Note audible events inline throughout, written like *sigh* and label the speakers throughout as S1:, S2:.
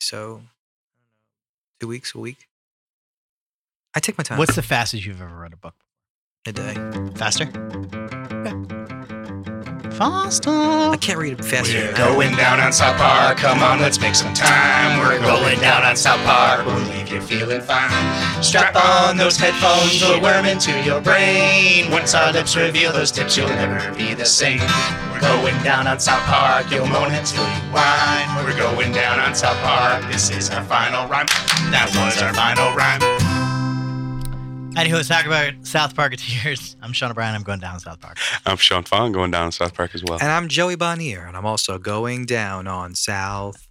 S1: so, two weeks, a week. I take my time.
S2: What's the fastest you've ever read a book?
S1: a day?
S2: Faster? Faster.
S1: I can't read it faster.
S3: We're
S1: than that.
S3: going down on South Park. Come on, let's make some time. We're going down on South Park. We'll leave you feeling fine. Strap on those headphones. We'll worm into your brain. Once our lips reveal those tips, you'll never be the same. We're going down on South Park. You'll moan until you whine. We're going down on South Park. This is our final rhyme. That was our final rhyme.
S2: Idaho talk about South Park of Tears. I'm Sean O'Brien. I'm going down South Park.
S4: I'm Sean Fong going down to South Park as well.
S1: And I'm Joey Bonnier, and I'm also going down on South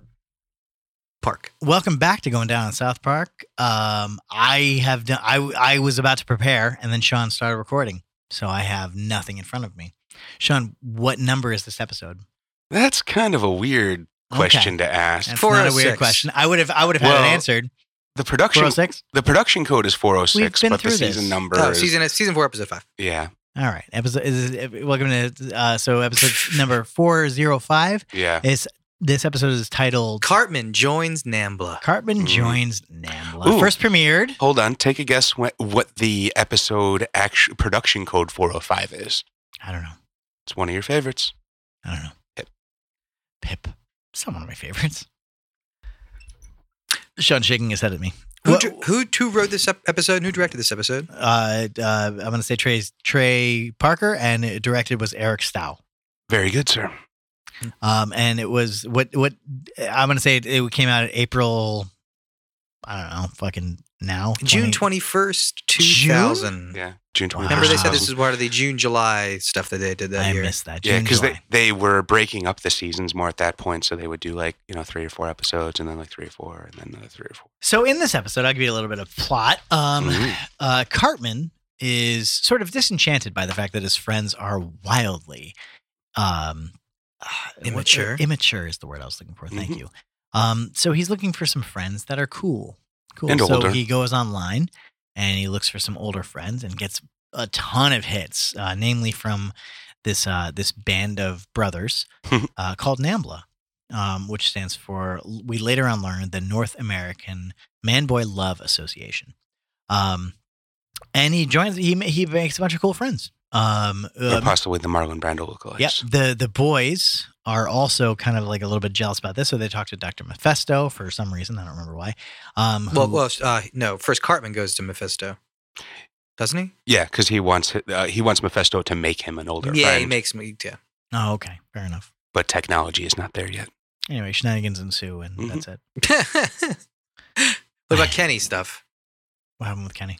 S1: Park.
S2: Welcome back to Going Down on South Park. Um, I have done. I I was about to prepare, and then Sean started recording, so I have nothing in front of me. Sean, what number is this episode?
S4: That's kind of a weird question to ask.
S2: That's not a weird
S1: 406.
S2: question. I would have. I would have had
S4: Well,
S2: it answered.
S4: The production
S2: 406?
S4: the production code is 406,
S2: We've been
S4: but the
S2: through
S4: season
S2: this.
S4: number
S1: Oh,
S4: is
S1: season season four, episode five.
S4: yeah,
S2: All right. Episode is is- welcome to uh, so episode number four zero five
S4: yeah.
S2: is this episode is titled
S1: Cartman joins Nambla.
S2: Cartman
S4: Mm.
S2: joins Nambla.
S4: Ooh. Oh.
S2: First premiered.
S4: Hold on, take a guess what, what the episode act- production code 405 is.
S2: I don't know.
S4: It's one of your favorites.
S2: I don't know.
S4: Pip.
S2: Pip. It's not one of my favorites. Sean shaking his head at me.
S1: Who,
S2: What-
S1: di- who who wrote this ep- episode? and Who directed this episode?
S2: uh, uh, I'm going to say Trey's, Trey Parker, and it directed was Eric Stow.
S4: Very good, sir.
S2: Um, and it was what what I'm going to say it, it came out in April. I don't know, fucking now.
S1: June
S2: 20
S1: twenty first, two
S2: June?
S1: thousand.
S4: Yeah, June 21st.
S1: Remember they said this
S4: 2000.
S1: was part of the June July stuff that they did that
S2: I
S1: year.
S2: missed that.
S4: yeah,
S2: June,
S4: because they,
S2: July.
S4: they were breaking up the seasons more at that point, so they would do like you know three or four episodes, and then like three or four, and then another three or four.
S2: So in this episode, I'll give you a little bit of plot. Um,
S4: Mhm.
S2: uh, Cartman is sort of disenchanted by the fact that his friends are wildly um, uh,
S4: Ah,
S2: what-
S1: Immature.
S2: immature is the word I was looking for. Thank
S4: Mhm.
S2: you. Um, so he's looking for some friends that are cool. Cool.
S4: And
S2: so
S4: older.
S2: he goes online and he looks for some older friends and gets a ton of hits, uh, namely from this uh, this band of
S4: *laughs*
S2: brothers uh, called NAMBLA, um, which stands for, we later on learned, the North American Man Boy Love Association. Um, and he joins, he, ma- he makes a bunch of cool friends. Um,
S4: Or
S2: uh,
S4: possibly the Marlon Brando lookalikes.
S2: Yep. The the boys are also kind of like a little bit jealous about this, so they talk to Doctor Mephisto for some reason. I don't remember why. Um, who-
S1: Well, well, uh, no. First, Cartman goes to Mephisto, doesn't he?
S4: Yeah, because he wants uh, he wants Mephisto to make him an older
S1: yeah,
S4: friend,
S1: he makes me. Yeah,
S2: oh, okay, fair enough.
S4: but technology is not there yet.
S2: Anyway, shenanigans ensue, and
S1: Mm-hmm.
S4: Mhm.
S2: that's it.
S1: what about Kenny stuff?
S2: What happened with Kenny?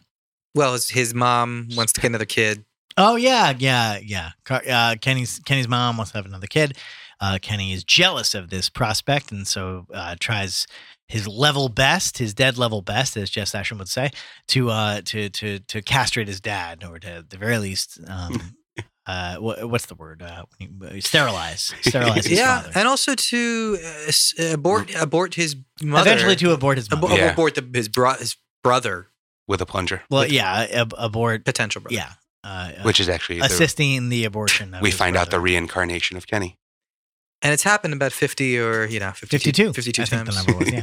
S1: Well, his, his mom wants to get another kid.
S2: Oh yeah, yeah, yeah. Car- Uh, Kenny's Kenny's mom wants to have another kid. Uh, Kenny is jealous of this prospect, and so uh, tries his level best, his dead level best, as Jeff Session would say, to uh, to to to castrate his dad, or to at the very least,
S4: *laughs*
S2: um, uh, what, what's the word? Uh, when you- sterilize, sterilize
S4: *laughs*
S2: his
S1: yeah,
S2: father.
S1: and also to uh, s- abort abort his mother.
S2: Eventually, to abort his
S1: Abo-
S2: mother.
S4: Yeah.
S1: abort the, his bro- his brother
S4: With a plunger,
S2: Well, yeah, ab- abort.
S1: potential brother.
S2: Yeah, uh, uh,
S4: which is actually the,
S2: assisting the abortion. Of
S4: we
S2: his
S4: find out the
S2: brother.
S4: reincarnation of Kenny.
S1: and it's happened about fifty or you know 52,
S2: 52
S1: 52
S2: I think
S1: times.
S2: the number
S1: *laughs*
S2: was yeah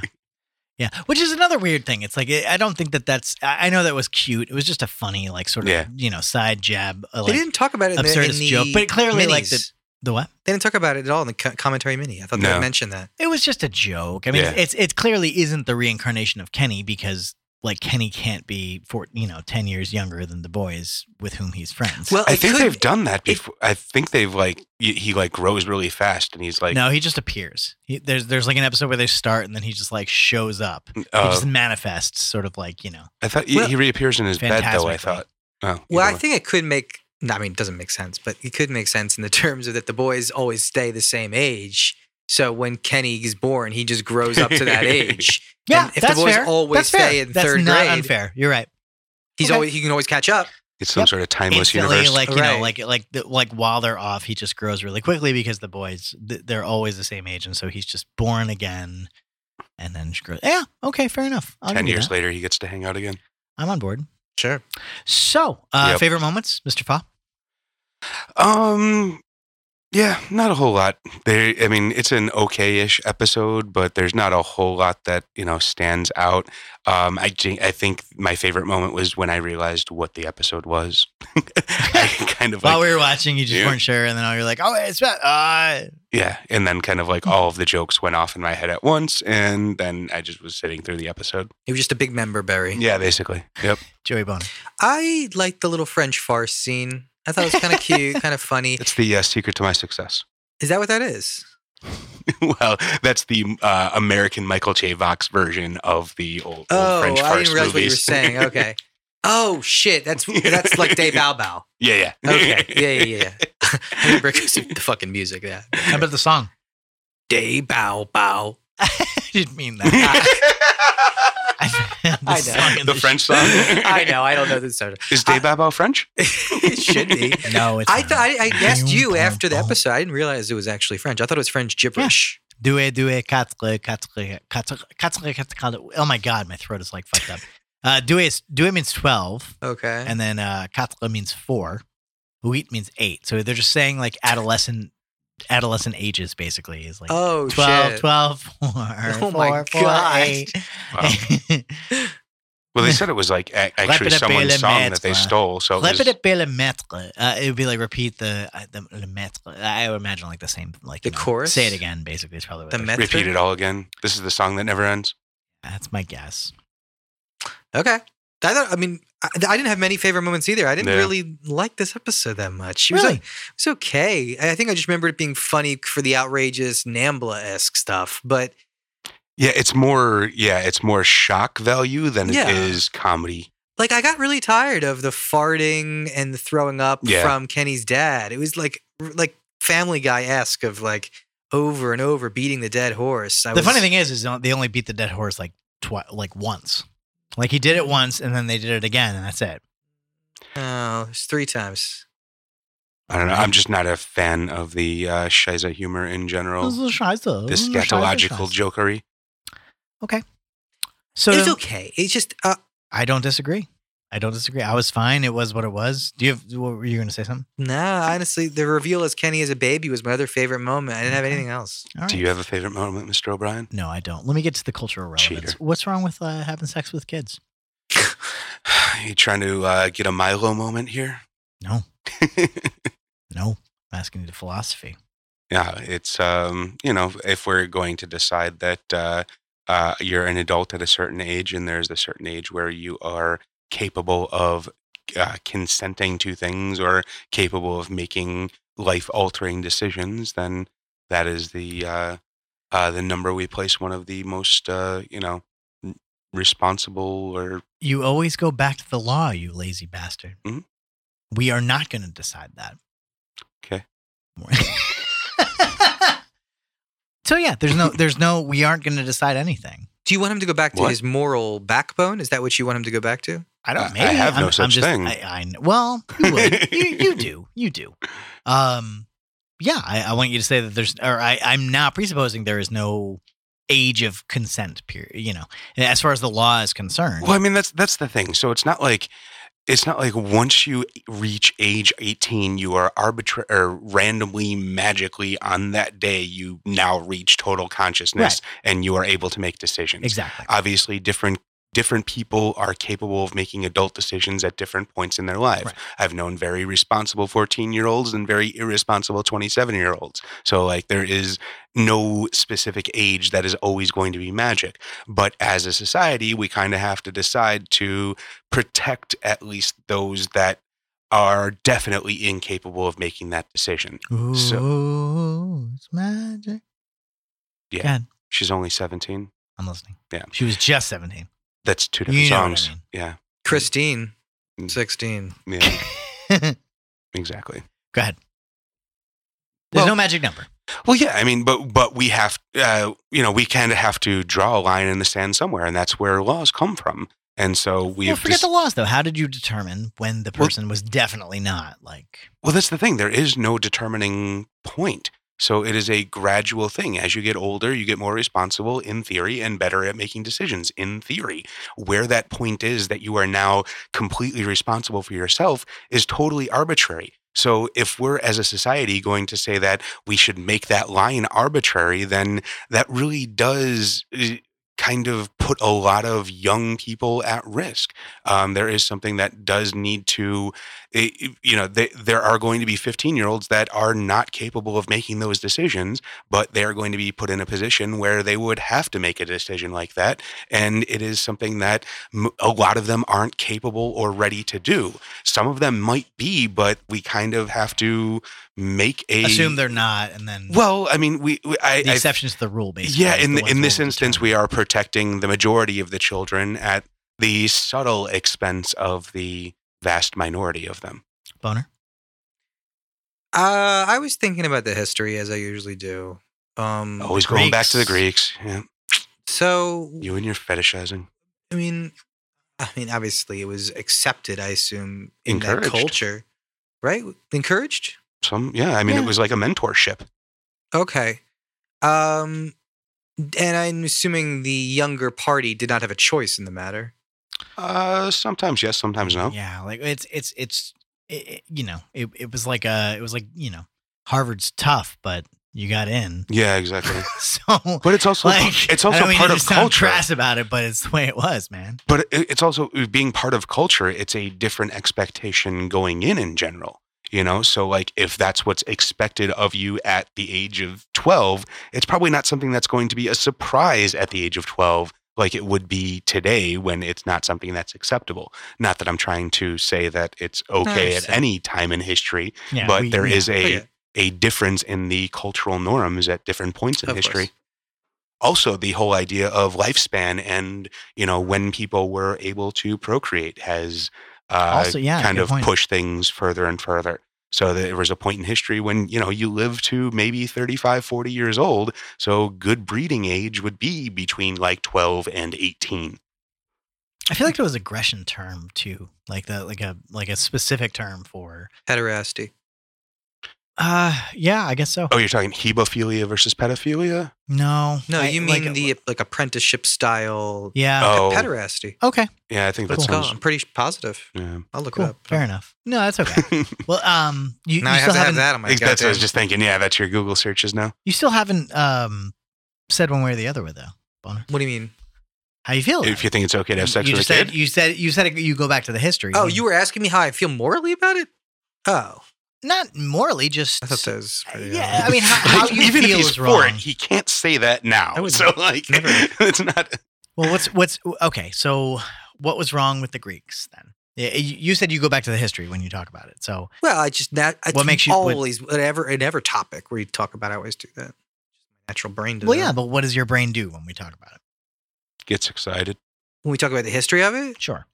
S2: yeah which is another weird thing it's like i I don't think that that's i I know that was cute it was just a funny like sort of
S4: Yeah.
S2: you know side jab uh,
S1: they
S2: like
S1: didn't talk about it in the, in
S2: absurdist
S1: the
S2: joke but it clearly like
S1: minis.
S2: the, the what
S1: they didn't talk about it at all in the co- commentary mini. I thought they
S4: No.
S1: would mention that.
S2: it was just a joke i mean
S4: Yeah.
S2: it's it clearly isn't the reincarnation of kenny because like kenny can't be for you know 10 years younger than the boys with whom he's friends
S1: Well,
S4: I
S1: it
S4: think
S1: could-
S4: they've done that
S1: it-
S4: before. I think they've like y- he like grows really fast, and he's like,
S2: no he just appears he, there's there's like an episode where they start and then he just like shows up he
S1: Oh.
S4: uh,
S2: just manifests sort of like you know
S4: I thought he-
S1: Well-
S4: he reappears in his bed though. I
S2: Fantastically.
S4: thought. Oh,
S1: Well, I
S4: either way.
S1: think it could make. No, I mean, it doesn't make sense, but it could make sense in the *laughs* terms of that the boys always stay the same age. So when Kenny is born, he just grows up to that
S4: *laughs*
S1: age.
S2: yeah,
S1: And if the
S2: that's
S1: boys
S2: fair.
S1: always
S2: that's fair.
S1: stay in
S2: that's
S1: third
S2: not
S1: grade-
S2: unfair. You're right.
S1: He's
S2: Okay.
S1: always he can always catch up.
S4: it's some
S2: yep.
S4: sort of timeless
S2: Instantly,
S4: universe.
S2: like you know,
S1: Right.
S2: like like the, like while they're off, he just grows really quickly because the boys th- they're always the same age, and so he's just born again, and then just grows. Yeah, okay, fair enough. I'll
S4: Ten
S2: give you
S4: years
S2: that.
S4: later, he gets to hang out again.
S2: I'm on board.
S1: Sure.
S2: So, uh,
S4: Yep.
S2: favorite moments, Mr. Fa.
S4: Um, Yeah, not a whole lot. They, I mean, it's an okay-ish episode, but there's not a whole lot that you know stands out. Um, I, thi- I think my favorite moment was when I realized what the episode was. *laughs*
S1: *laughs*
S4: I kind of
S2: While
S4: like,
S2: we were watching, you just
S4: Yeah.
S2: weren't sure, and then you're like, "Oh, it's about uh,
S4: yeah, and then kind of like all of the jokes went off in my head at once, and then I just was sitting through the episode.
S1: It was just a big member berry.
S4: Yeah, basically.
S1: *laughs*
S4: Yep.
S2: Joey Boner."
S1: I liked the little French farce scene. I thought it was kind
S4: *laughs*
S1: of cute, kind of funny.
S4: It's the uh, secret to my success. *laughs*
S1: Is that what that is?
S4: well, that's the uh, American Michael J. Vox version of the old, old
S1: Oh,
S4: French
S1: I
S4: farce
S1: didn't realize
S4: movies.
S1: what you were saying.
S4: *laughs*
S1: Okay. Oh shit, that's that's like Dave Bow Bow.
S4: yeah, yeah. *laughs*
S1: Okay. Yeah, yeah, yeah. yeah. I remember 'cause of the fucking music. Yeah.
S2: How about the song?
S1: Day bow bow.
S2: *laughs* I didn't mean
S4: *laughs*
S2: that. *laughs* I found the
S1: I know.
S2: song in
S4: The
S2: sh-
S4: French song?
S1: *laughs* I know. I don't know this
S4: *laughs*
S1: sort of.
S4: Is Dave Babel French?
S1: it should be.
S2: No, it's
S1: I
S2: not.
S1: thought I, I asked you
S2: Boom,
S1: after the
S2: boom, boom.
S1: episode. I didn't realize it was actually French. I thought it was French gibberish.
S2: Due, due, quatre, quatre, quatre, quatre, quatre, quatre. Oh my God, my throat is like fucked up. Uh, due, is- due means 12,
S1: Okay.
S2: and then uh, quatre means four. Huit means eight. So they're just saying like adolescent adolescent ages, basically, is like
S1: oh
S2: 12,
S1: shit.
S2: *laughs* 12, 4,
S1: Oh my
S2: four, four,
S1: God.
S2: eight. *laughs*
S4: Wow. Well, they said it was like a- actually
S2: Rapide
S4: someone's
S2: Belle
S4: song that they
S2: Maître.
S4: stole. So it was,
S2: Répétez pas le maître. Uh, it would be like repeat the, uh, the le maître. I would imagine like the same, like
S1: The
S2: you know,
S1: chorus?
S2: Say it again, basically. It's probably what
S1: The
S2: they're-
S1: method.
S4: repeat it all again. This is the song that never ends.
S2: That's my guess.
S1: Okay. I thought. I mean, I, I didn't have many favorite moments either. I didn't
S4: Yeah.
S1: really like this episode that much. It was,
S2: Really?
S1: like, it was okay. I I think I just remember it being funny for the outrageous Nambla esque stuff, but
S4: Yeah, it's more. Yeah, it's more shock value than
S1: Yeah.
S4: it is comedy.
S1: like I got really tired of the farting and the throwing up
S4: Yeah.
S1: from Kenny's dad. It was like like Family Guy esque of like over and over beating the dead horse. I
S2: the
S1: was-
S2: funny thing is, is they only beat the dead horse like twi- like once. Like he did it once, and then they did it again, and that's it.
S1: oh, it's three times.
S4: I don't know. I'm just not a fan of the uh, Shiza humor in general.
S2: This is scheiße.
S4: Oh.
S2: This
S4: This
S2: is
S4: scatological
S2: scheiße.
S4: jokery.
S2: So
S1: it was
S2: then-
S1: okay. It's just uh,
S2: I don't disagree. I don't disagree. I was fine. It was what it was. Do you have? What, were you going to say something?
S1: nah. Honestly, the reveal as Kenny as a baby was my other favorite moment. I didn't
S2: Mm-hmm.
S1: have anything else.
S2: All right.
S4: Do you have a favorite moment, Mr. O'Brien? *sighs*
S2: No, I don't. Let me get to the cultural relevance.
S4: Cheater.
S2: What's wrong with uh, having sex with kids?
S4: you trying to uh, get a Milo moment here?
S2: No. No, I'm asking you to philosophy.
S4: Yeah, it's um, you know, if we're going to decide that uh, uh, you're an adult at a certain age, and there's a certain age where you are capable of uh, consenting to things or capable of making life-altering decisions, then that is the uh, uh, the number we place one of the most uh, you know n- responsible or
S2: You always go back to the law, you lazy bastard.
S4: Mhm.
S2: We are not going to decide that.
S4: Okay.
S2: *laughs* so yeah, there's no, there's no, we aren't going to decide anything.
S1: Do you want him to go back to
S4: What?
S1: his moral backbone? Is that what you want him to go back to?
S2: I
S4: I- I
S2: don't. Maybe
S4: have no
S2: I'm, I'm
S4: such
S2: just,
S4: thing.
S2: I, I kn- well, you, would.
S4: *laughs*
S2: you you do, you do. Um, yeah, I, I want you to say that there's, or I, I'm now presupposing there is no age of consent. Period. You know, as far as the law is concerned.
S4: Well, I mean that's that's the thing. So it's not like it's not like once you reach age 18 you are arbitrary or randomly magically on that day you now reach total consciousness and you are able to make decisions.
S2: Exactly.
S4: Obviously different different people are capable of making adult decisions at different points in their life.
S2: Right.
S4: I've known very responsible 14-year-olds and very irresponsible 27-year-olds. So like there is no specific age that is always going to be magic. But as a society, we kind of have to decide to protect at least those that are definitely incapable of making that decision.
S2: Ooh,
S4: So-
S2: it's magic.
S4: She's only 17.
S2: I'm listening.
S4: Yeah.
S2: She was just 17.
S4: That's two different
S2: You know what I
S4: songs.
S2: mean.
S4: Yeah.
S1: Christine,
S4: Mm.
S1: sixteen.
S4: Yeah.
S2: *laughs* Go
S4: Exactly.
S2: ahead. There's
S4: Well-
S2: no magic number.
S4: Well, yeah, I mean, but but we have, uh, you know, we kind of have to draw a line in the sand somewhere, and that's where laws come from. And so we
S2: Well,
S4: have
S2: forget
S4: dis-
S2: the laws, though. How did you determine when the
S4: Well-
S2: person was definitely not? Like,
S4: Well, that's the thing. There is no determining point. So it is a gradual thing. As you get older, you get more responsible in theory and better at making decisions in theory. Where that point is that you are now completely responsible for yourself is totally arbitrary. So if we're as a society going to say that we should make that line arbitrary, then that really does eh, kind of put a lot of young people at risk. Um, there is something that does need to, eh, you know, they, there are going to be 15 year olds that are not capable of making those decisions, but they are going to be put in a position where they would have to make a decision like that. And it is something that m- a lot of them aren't capable or ready to do. Some of them might be, but we kind of have to make a
S2: Assume they're not, and then
S4: Well, I mean, we, we I,
S2: the
S4: I
S2: exceptions to the rule, basically.
S4: yeah,
S2: is
S4: in
S2: the
S4: the,
S2: ones
S4: in this
S2: we'll
S4: instance,
S2: determine.
S4: we are protecting the majority of the children at the subtle expense of the vast minority of them.
S2: boner.
S1: Uh, I was thinking about the history as I usually do. Um,
S2: Mm, Oh,
S4: Always going back to the Greeks. Yeah,
S1: so
S4: you and your fetishizing.
S1: I mean, I mean, obviously it was accepted. I assume in that
S4: Encouraged.
S1: culture, right? Encouraged.
S4: Some, yeah. I mean,
S1: Yeah.
S4: it was like a mentorship.
S1: Okay. Um, and I'm assuming the younger party did not have a choice in the matter.
S4: Uh, sometimes yes, sometimes no.
S2: Yeah, like it's it's it's it, it- you know it it was like a it was like you know Harvard's tough, but you got in. *laughs*
S4: Yeah, exactly.
S2: So *laughs*
S4: But it's also
S2: like
S4: it's
S2: I
S4: also
S2: don't mean
S4: part
S2: to
S4: of
S2: sound
S4: culture.
S2: crass about it, but it's the way it was, man.
S4: But it- it's also uh, being part of culture. It's a different expectation going in in general. You know, so like if that's what's expected of you at the age of 12, it's probably not something that's going to be a surprise at the age of 12 like it would be today when it's not something that's acceptable. Not that I'm trying to say that it's okay at
S1: understand.
S4: any time in history,
S2: Yeah,
S4: but
S2: we-
S4: there
S2: yeah.
S4: is a
S1: yeah.
S4: a difference in the cultural norms at different points in
S1: Of course.
S4: history. Also, the whole idea of lifespan and you know when people were able to procreate has uh,
S2: also yeah
S4: kind
S2: good
S4: of
S2: point.
S4: pushed things further and further. So there was a point in history when you know you live to maybe 35, 40 years old. So good breeding age would be between like 12 and 18.
S2: I feel like there was aggression term too, like the like a like a specific term for.
S1: Pederasty.
S2: Uh, yeah, I guess so.
S4: Oh, you're talking hebophilia versus pedophilia?
S2: No,
S1: No,
S2: I-
S1: you
S2: like- uh,
S1: mean the like apprenticeship style
S2: yeah.
S4: Oh.
S1: pederasty.
S2: Okay,
S4: Yeah, I think that
S1: Let's go.
S4: sounds.
S1: I'm pretty positive.
S4: Yeah.
S1: I'll look it
S2: cool,
S1: up.
S2: fair enough. No, that's okay. well, um, you,
S1: Now
S2: you
S1: I have
S2: still
S1: to have
S2: haven't
S1: that on my
S4: that's what I
S1: goddamn.
S4: was just thinking. Yeah, that's your Google searches now.
S2: you still haven't um said one way or the other with though. Boner,
S1: what do you mean?
S2: how you feel?
S4: If you think it's okay to have sex
S2: you
S4: with a
S2: just
S4: kid,
S2: said you said you said you go back to the history.
S1: Oh, you were asking me how I feel morally about it? Oh,
S2: not morally, just
S1: I thought that was. pretty uh,
S2: yeah.
S1: obvious.
S2: I mean,
S4: *laughs*
S2: how, how you
S4: even
S2: feel
S4: if he's
S2: is
S4: for
S2: wrong.
S4: it, he *laughs* can't say that
S1: I
S4: now.
S1: would
S4: So like,
S1: never.
S4: it's not.
S2: Well, what's what's okay? So, what was wrong with the Greeks then? Yeah, You you said you go back to the history when you talk about it. So,
S1: well, I just that. I
S2: What makes you- what-
S1: always whatever in every topic where you talk about? I always do that. Natural brain. Does
S2: well, yeah,
S1: that.
S2: but what does your brain do when we talk about it?
S4: Gets excited.
S1: When we talk about the history of it,
S2: Sure.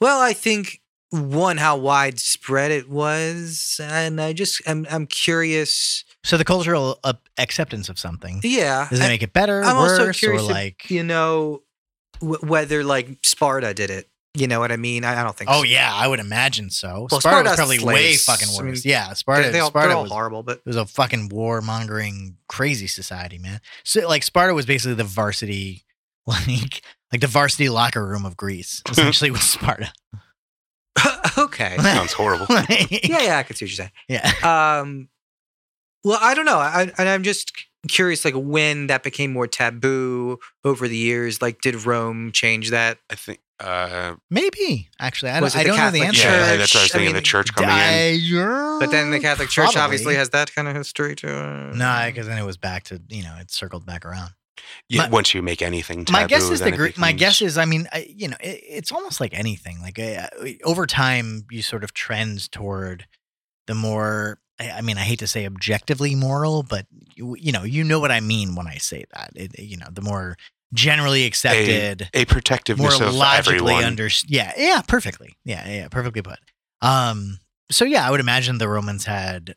S1: Well, I think one how widespread it was, and I just I'm I'm curious.
S2: So the cultural uh, acceptance of something
S1: Yeah,
S2: does it make it better,
S1: I'm
S2: worse,
S1: also curious
S2: or
S1: if-
S2: like?
S1: you know w- whether like Sparta did it. You know what I mean? I, I don't think.
S2: oh
S1: so.
S2: yeah, I would imagine so.
S1: Well,
S2: Sparta was
S1: Sparta's
S2: probably way
S1: slaves.
S2: fucking worse.
S1: I mean,
S2: yeah,
S1: They-
S2: Sparta.
S1: they all,
S2: Sparta
S1: they're all
S2: was
S1: horrible, but *laughs*
S2: It was a fucking warmongering, crazy society, man. So like Sparta was basically the varsity, *laughs* like like the varsity locker room of
S1: *laughs*
S2: Greece. Essentially, was Sparta. *laughs*
S1: okay.
S4: Sounds horrible.
S2: Like- *laughs*
S1: Yeah, yeah, I can see what you're saying.
S2: yeah. *laughs*
S1: Um, well, I don't know. I, I- and I'm just curious, like when that became more taboo over the years. Like, did Rome change that?
S4: I think. Uh,
S2: Maybe actually, I
S1: Was it
S2: don't, I
S1: the
S2: don't know the
S1: Catholic
S2: answer.
S1: Church?
S4: yeah, that's what I was
S1: I
S4: thinking. the
S1: mean,
S4: church coming in.
S2: Di-
S1: But then the Catholic Church obviously
S2: Uh, probably.
S1: has that kind of history too. Mm.
S2: No, because then it was back to you know it circled back around.
S4: Yeah,
S2: My-
S4: once you make anything, taboo,
S2: my guess is the
S4: then it
S2: Gre- my
S4: becomes-
S2: guess is I mean I, you know it, it's almost like anything like uh, over time you sort of trend toward the more I, I mean I hate to say objectively moral but you, you know you know what I mean when I say that it, you know the more generally accepted
S4: a
S2: more
S4: protectiveness of
S2: logically
S4: everyone.
S2: under yeah yeah perfectly yeah yeah perfectly put um so yeah I would imagine the Romans had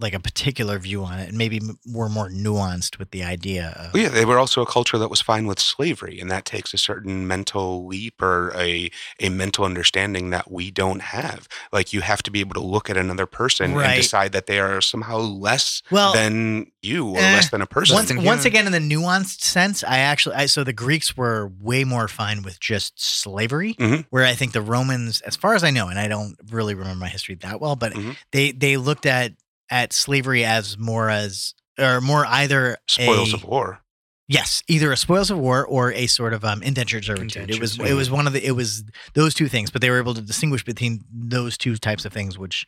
S2: like a particular view on it, and maybe m- were more nuanced with the idea of
S4: Well, yeah, they were also a culture that was fine with slavery, and that takes a certain mental leap or a a mental understanding that we don't have. Like you have to be able to look at another person
S2: Right.
S4: and decide that they are somehow less
S2: well,
S4: than you or
S2: eh,
S4: less than a person.
S1: Less
S2: once,
S1: than
S2: once
S1: human.
S2: again in the nuanced sense i actually I, so the greeks were way more fine with just slavery
S4: Mhm.
S2: where i think the romans as far as i know and i don't really remember my history that well but
S4: Mhm.
S2: they they looked at at slavery as more as or more either
S4: Spoils
S2: a,
S4: of war.
S2: yes either a spoils of war or a sort of um indentured servitude it
S1: Indentured
S2: was it
S1: servitude.
S2: was one of the it was those two things but they were able to distinguish between those two types of things which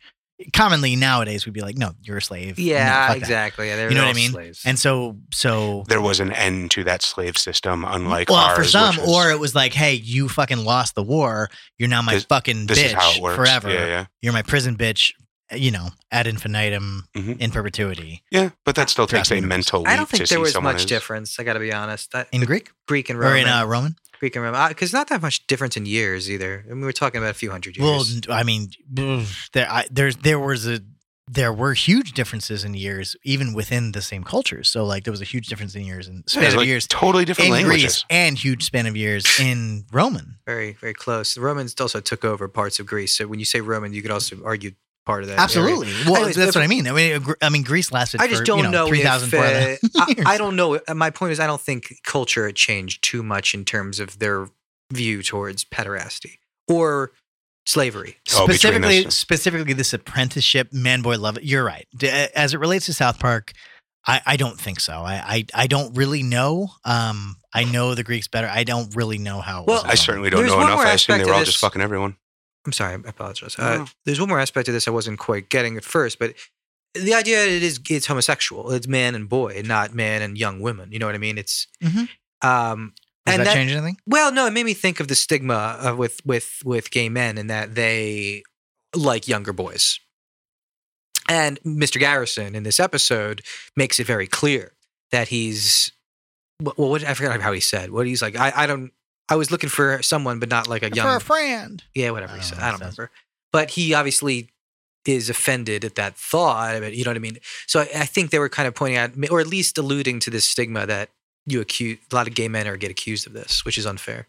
S2: commonly nowadays would be like no you're a slave No,
S1: Yeah,
S2: fuck that.
S1: exactly. Yeah, they were
S2: You know what
S1: all
S2: I mean?
S1: Slaves.
S2: and so so
S4: There was an end to that slave system, unlike
S2: well,
S4: ours,
S2: for
S4: which
S2: some,
S4: is-
S2: or it was like, hey, you fucking lost the war. You're now my
S4: This-
S2: fucking
S4: this
S2: bitch
S4: is how it works.
S2: forever.
S4: Yeah, yeah,
S2: You're my prison bitch. You know, ad infinitum,
S4: Mhm.
S2: in perpetuity.
S4: yeah. But that still
S2: Drinks
S4: takes a
S2: and noodles.
S4: mental leap
S1: I don't
S4: to
S1: think
S4: see
S1: there was
S4: someone
S1: much
S4: as-
S1: difference. I got to be honest. That,
S2: In Greek
S1: Greek and
S2: or
S1: Roman.
S2: in uh, Roman?
S1: Greek and Roman. Because not that much difference in years either. I mean, we're talking about a few hundred years.
S2: Well, I mean, pff, there, I, there's there was a there were huge differences in years, even within the same cultures. So like, there was a huge difference in years and
S4: There's,
S2: span of
S4: like,
S2: years
S4: Totally different
S2: in
S4: languages.
S2: Greece and huge span of years in Roman.
S1: very, very close. The Romans also took over parts of Greece. So when you say Roman, you could also argue part of that. area.
S2: Absolutely. Well,
S1: Anyways,
S2: that's
S1: if-
S2: what I mean. I mean, Gr- I mean, Greece lasted.
S1: I just
S2: for,
S1: don't
S2: you know,
S1: know.
S2: three thousand,
S1: if,
S2: four thousand.
S1: uh, I,
S2: *laughs* years.
S1: I don't know. My point is, I don't think culture changed too much in terms of their view towards pederasty or slavery.
S4: Oh, between
S2: specifically
S4: those two.
S2: specifically this apprenticeship man boy love you're right D- as it relates to south park i, I don't think so I, I i don't really know um i know the greeks better i don't really know how it
S1: Well,
S2: was in
S4: I
S2: Rome.
S4: certainly don't
S1: There's
S4: know
S1: one
S4: enough.
S1: more
S4: I assume
S1: aspect
S4: they were
S1: of
S4: all
S1: this-
S4: just fucking everyone.
S1: I'm sorry, I apologize.
S4: No,
S1: Uh,
S4: no.
S1: There's one more aspect of this I wasn't quite getting at first, but the idea that it is it's homosexual. It's man and boy, not man and young women. You know what I mean? It's
S2: Mhm.
S1: um,
S2: does
S1: and
S2: that,
S1: that-
S2: change anything
S1: Well, no, it made me think of the stigma uh, with with with gay men and that they like younger boys. And Mr. Garrison in this episode makes it very clear that he's well. What, I forgot how he said. What he's like. I, I don't. I was looking for someone, but not like a young.
S2: for a friend
S1: Yeah, whatever
S2: I
S1: he
S2: don't
S1: said.
S2: know
S1: I
S2: what
S1: don't
S2: it says.
S1: remember. But he obviously is offended at that thought. But you know what I mean? So I, I think they were kind of pointing out, or at least alluding to this stigma that you accuse a lot of gay men are get accused of this, which is unfair.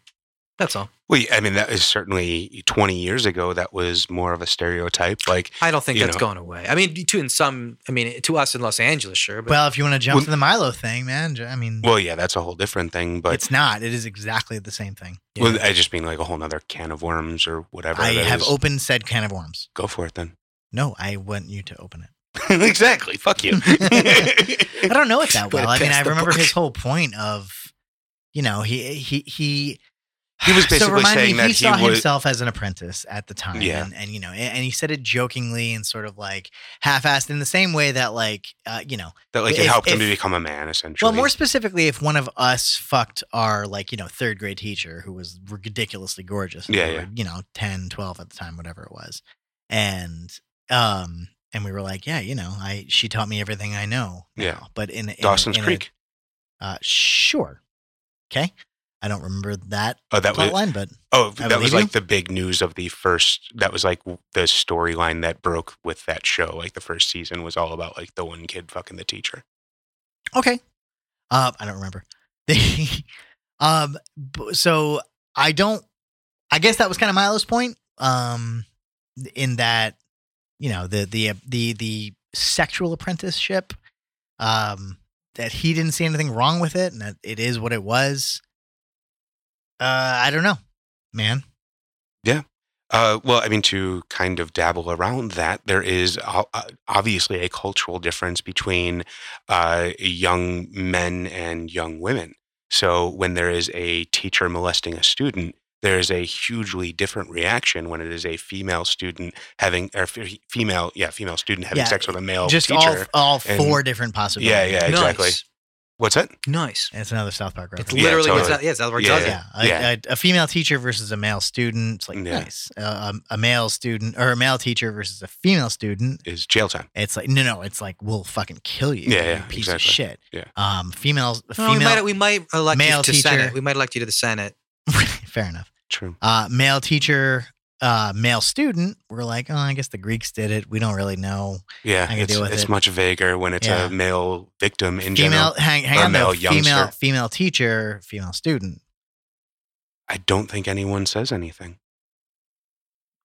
S1: That's all.
S4: Well, yeah, I mean, that is certainly 20 years ago, that was more of a stereotype. Like,
S1: I don't think
S4: You
S1: that's
S4: know.
S1: gone away. I mean, to in some, I mean, to us in Los Angeles, sure, but
S2: well if you want to jump
S4: Well-
S2: to the milo thing man j- i mean
S4: well, yeah, that's a whole different thing, but
S2: it's not it is exactly the same thing
S1: yeah.
S4: well, I just mean like a whole nother can of worms or whatever.
S2: i
S4: that
S2: have
S4: is.
S2: opened said can of worms
S4: Go for it then. *laughs*
S2: no i want you to open it
S4: exactly.
S2: *laughs*
S4: Fuck you.
S2: I don't know it that
S1: But
S2: well. I mean,
S1: pass
S2: I
S1: the
S2: remember
S1: buck.
S2: his whole point of, you know, he he he. *sighs*
S4: He was basically
S2: remind
S4: saying
S2: me,
S4: that
S2: he
S4: he
S2: saw
S4: was-
S2: himself as an apprentice at the time,
S4: Yeah.
S2: and, and you know, and, and he said it jokingly and sort of like half-assed in the same way that like, uh, you know,
S4: *laughs* that like it
S2: If-
S4: helped him to
S2: if-
S4: become a man, essentially.
S2: well, more specifically, if one of us fucked our like, you know, third grade teacher who was ridiculously gorgeous, and
S4: Yeah,
S2: we were,
S4: yeah.
S2: you know, 10, 12 at the time, whatever it was, and um, and we were like, yeah, you know, I she taught me everything I know. Now.
S4: Yeah.
S2: but in, in
S4: Dawson's
S2: in a-
S4: Creek.
S2: uh, sure. Okay. I don't remember that,
S4: oh, that
S2: plot
S4: was
S2: line, but
S4: oh,
S2: I
S4: that was
S2: believe
S4: like
S2: you.
S4: the big news of the first. That was like w- the storyline that broke with that show. Like the first season was all about like the one kid fucking the teacher.
S2: okay. Uh, I don't remember. *laughs* um, b- so I don't. I guess that was kind of Milo's point. Um, in that, you know, the the uh, the the sexual apprenticeship. Um, that he didn't see anything wrong with it, and that it is what it was. Uh, I don't know, man.
S4: Uh, well, I mean, to kind of dabble around that, there is o- uh, obviously a cultural difference between uh, young men and young women. So when there is a teacher molesting a student, there is a hugely different reaction when it is a female student having or f- female, yeah, female student having
S2: Yeah,
S4: sex with a male
S2: Just all
S4: Oh, teacher.
S2: all
S4: and-
S2: four different possibilities.
S4: yeah, yeah, exactly.
S1: nice,
S4: What's that?
S1: nice.
S2: And it's another South Park reference.
S1: It's
S4: Yeah,
S1: literally what's
S4: totally.
S1: that? Yeah, that's what
S4: Yeah.
S1: does it.
S2: Oh, yeah, a,
S4: yeah.
S2: A, a female teacher versus a male student. It's like
S4: Yeah.
S2: nice. Uh, um, a male student or a male teacher versus a female student.
S4: Is jail time?
S2: It's like no, no. It's like we'll fucking kill you.
S4: Yeah,
S2: you
S4: yeah,
S2: piece of
S4: exactly.
S2: shit.
S4: Yeah.
S2: Um, females.
S1: No, Oh, we might
S2: female.
S1: we might elect
S2: male
S1: you to
S2: teacher. *laughs*
S1: Senate. We might elect you to the Senate.
S2: fair enough.
S4: True.
S2: Uh, male teacher uh, male student, we're like, oh, I guess the Greeks did it. We don't really know.
S4: Yeah,
S2: I can
S4: it's,
S2: deal with
S4: it's
S2: it.
S4: much vaguer when it's
S2: Yeah.
S4: a male victim in
S2: female,
S4: general.
S2: hang, hang
S4: or
S2: on, though.
S4: male
S2: female,
S4: youngster.
S2: female teacher, female student.
S4: I don't think anyone says anything.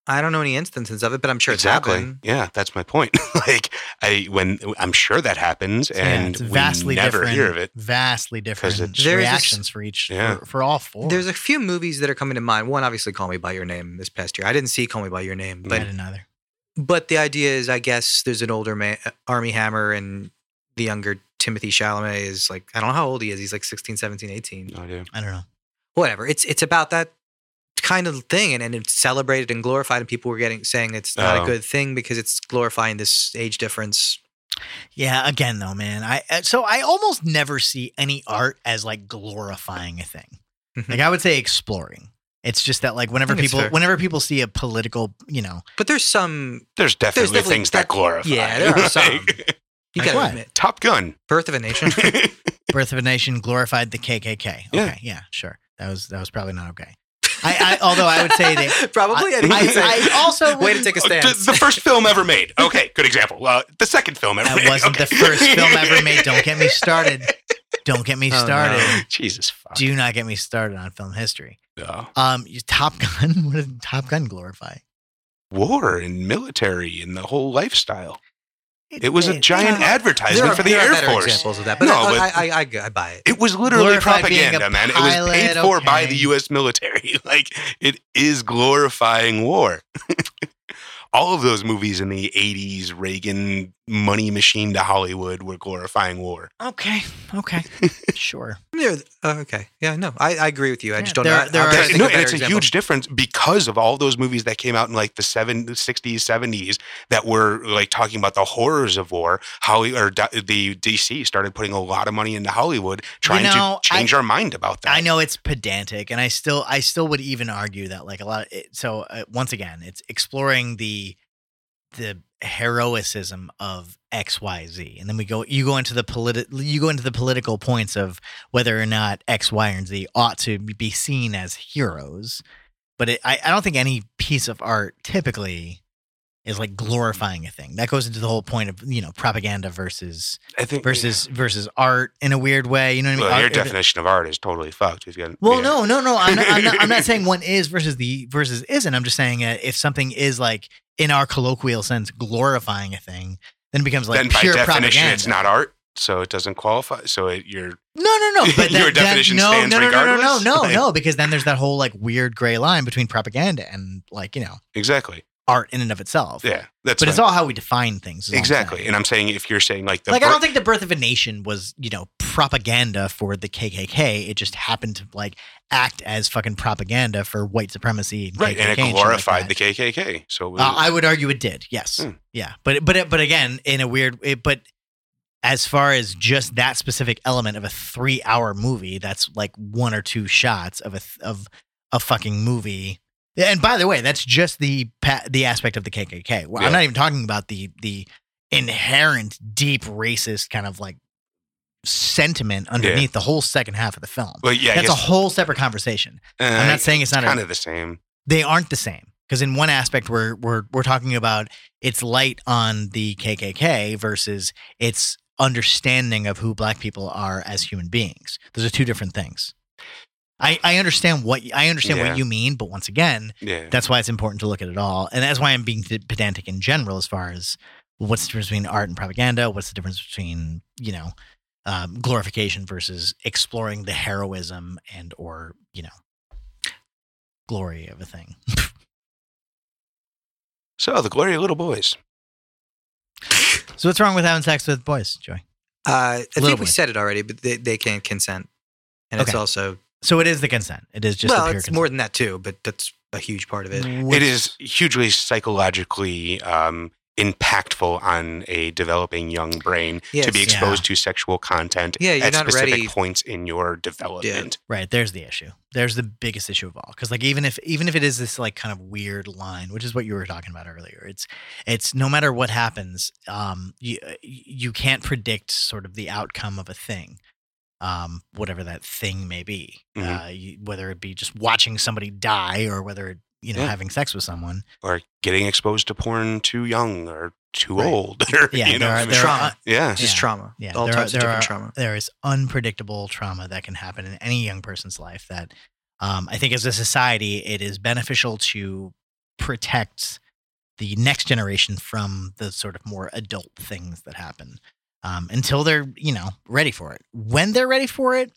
S1: I don't know any instances of it, but I'm sure it's
S4: exactly.
S1: happened.
S4: Yeah, that's my point. *laughs* like I when I'm sure that happens,
S2: So, yeah,
S4: and
S2: it's
S4: we never
S2: different,
S4: hear of it.
S2: Vastly different
S4: it's-
S1: There's a s-
S2: reactions for each,
S4: Yeah.
S2: for, for all four.
S1: There's a few movies that are coming to mind. One, obviously, Call Me by Your Name this past year. I didn't see Call Me by Your Name,
S2: I
S1: but
S2: didn't either.
S1: but the idea is, I guess, there's an older man, Army Hammer, and the younger Timothy Chalamet is like I don't know how old he is. He's like 16, 17, 18.
S4: No idea.
S2: I don't know.
S1: whatever. It's it's about that kind of thing, and, and it's celebrated and glorified, and people were getting saying it's not
S4: Oh.
S1: a good thing because it's glorifying this age difference.
S2: Yeah, again though, man. I uh, so I almost never see any art as like glorifying a thing.
S1: Mhm.
S2: Like I would say exploring. It's just that like whenever
S1: I think it's
S2: people
S1: fair.
S2: whenever people see a political, you know,
S1: But there's some
S4: There's definitely,
S1: definitely-
S4: things that
S1: that-
S4: glorify.
S1: yeah, there are some.
S4: Like,
S1: you
S2: Like
S1: gotta
S2: what?
S1: admit,
S4: Top Gun.
S1: Birth of a Nation.
S2: Birth of a Nation glorified the KKK.
S4: Yeah.
S2: Okay, yeah, sure. That was that was probably not okay. *laughs* I, I although I would
S1: *laughs*
S2: say that
S1: probably. I, think
S2: I,
S1: it's a-
S2: I
S1: *laughs*
S2: also
S1: way to
S2: wouldn't-
S1: take a
S4: Oh,
S1: stand.
S4: *laughs* the, the first film ever made. Okay, good example. Uh, the second film
S2: *laughs*
S4: ever
S2: that
S4: made.
S2: wasn't the
S4: Okay.
S2: first film
S1: *laughs*
S2: ever made. Don't get me started. Don't get me
S1: Oh, no.
S2: started.
S4: *laughs* Jesus fuck.
S2: Do not get me started on film history.
S4: No.
S2: Um, you- Top Gun. *laughs* What did Top Gun glorify?
S4: War and military and the whole lifestyle. It was a
S2: did.
S4: giant
S1: Yeah.
S4: advertisement for the
S1: there
S4: Air
S1: better
S4: Force.
S1: examples of that, but,
S4: No,
S1: I,
S4: but-
S1: I, I, I, I buy it.
S4: It was literally
S2: Glorified being a
S4: propaganda, man. It was paid
S2: pilot,
S4: for by
S2: okay.
S4: the U.S. military. *laughs* Like it is glorifying war. *laughs* All of those movies in the '80s, Reagan money machine to Hollywood, were glorifying war.
S2: Okay. Okay. sure.
S1: Yeah, uh, okay, yeah, no, I, I agree with you. I
S2: Yeah,
S1: just don't
S2: there-
S1: know. I-
S2: there
S1: I'm
S2: are-
S1: trying to
S4: That,
S1: think
S4: no,
S1: of
S4: and
S1: better
S4: it's a
S1: examples.
S4: huge difference because of all those movies that came out in like the seven, 60s, 70s that were like talking about the horrors of war. Holly or D- the DC started putting a lot of money into Hollywood trying
S2: know,
S4: to change our mind about that.
S2: I know it's pedantic, and I still, I still would even argue that like a lot. Of it, so uh, once again, it's exploring the the heroicism of X, Y, Z, and then we go. You go into the politi- You go into the political points of whether or not X, Y, and Z ought to be seen as heroes. But it, I, I don't think any piece of art typically is like glorifying a thing. That goes into the whole point of you know propaganda versus
S4: I think
S2: versus versus art in a weird way. You know what I mean?
S4: Mm, Well, your
S2: Art-
S4: definition of art is totally fucked. If you got-
S2: Well,
S4: yeah.
S2: no, no, no. I'm not, I'm, not, I'm
S4: *laughs*
S2: not saying one is versus the versus isn't. I'm just saying uh, if something is like in our colloquial sense glorifying a thing, then it becomes like
S4: then by
S2: pure
S4: definition,
S2: propaganda.
S4: it's not art, so it doesn't qualify. So it, you're
S2: No, no, no. But
S4: *laughs* Your
S2: that- that-
S4: definition
S2: no,
S4: stands
S2: no, no, no, no,
S4: regardless?
S2: no, no,
S4: Like-
S2: no. Because then there's that whole like weird gray line between propaganda and like you know
S4: exactly
S2: art in and of itself.
S4: yeah. That's
S2: but it's
S4: fine.
S2: all how we define things. is all I'm
S4: exactly.
S2: saying.
S4: And I'm saying if you're saying like the
S2: like I
S4: bir-
S2: don't think the birth of a nation was you know propaganda for the KKK. It just happened to like act as fucking propaganda for white supremacy. And
S4: right,
S2: KKK
S4: and
S2: shit
S4: it
S2: like
S4: glorified
S2: that.
S4: the KKK. So it was,
S2: Uh, I would argue it did. Yes.
S4: Hmm.
S2: Yeah. But but but again, in a weird it, but as far as just that specific element of a 3-hour movie, that's like one or two shots of a th- of a fucking movie. And by the way, that's just the pa- the aspect of the KKK. Well, I'm
S4: Yeah.
S2: not even talking about the the inherent deep racist kind of like sentiment underneath the whole second half of the film.
S4: well, yeah, I
S2: that's a
S4: guess,
S2: whole separate conversation.
S4: uh,
S2: I'm not saying it's not a
S4: kind of the same.
S2: they aren't the same because in one aspect we're we're we're talking about its light on the KKK versus its understanding of who black people are as human beings. Those are two different things. I, I understand what I understand
S4: Yeah.
S2: what you mean, but once again,
S4: Yeah,
S2: that's why it's important to look at it all, and that's why I'm being t- pedantic in general as far as well, what's the difference between art and propaganda. What's the difference between you know um, glorification versus exploring the heroism and or you know glory of a thing.
S4: so the glory of little boys.
S2: So what's wrong with having sex with boys, Joey?
S1: Uh, I
S2: Little
S1: think we
S2: bit.
S1: said it already, but they, they can't consent, and it's
S2: Okay.
S1: also
S2: So it is the consent. Mm. It is just
S1: well,
S2: the pure
S1: it's more than that too, but that's a huge part of it.
S2: consent.
S4: it is hugely psychologically um, impactful on a developing young brain
S1: Yes.
S4: to be exposed to sexual content
S1: Yeah, you're
S4: at
S1: not
S4: specific
S1: ready-
S4: points in your development.
S2: right. There's the issue. There's the biggest issue of all. Because like even if even if it is this like kind of weird line, which is what you were talking about earlier, it's it's no matter what happens, um, you you can't predict sort of the outcome of a thing. Um, whatever that thing may be,
S4: Mhm.
S2: uh, you, whether it be just watching somebody die or whether it you know,
S4: Yeah.
S2: having sex with someone.
S4: or getting exposed to porn too young or too
S1: Right.
S4: old. *laughs* Or,
S2: Yeah,
S4: you know,
S2: there are,
S4: what I mean?
S2: there,
S1: Trauma.
S2: are,
S4: yeah,
S1: It's just
S2: Yeah.
S1: trauma.
S2: Yeah,
S1: all
S2: there are-
S1: types of
S2: there
S1: different
S2: are-
S1: trauma.
S2: there is unpredictable trauma that can happen in any young person's life that um, I think as a society, it is beneficial to protect the next generation from the sort of more adult things that happen um, until they're, you know, ready for it. When they're ready for it,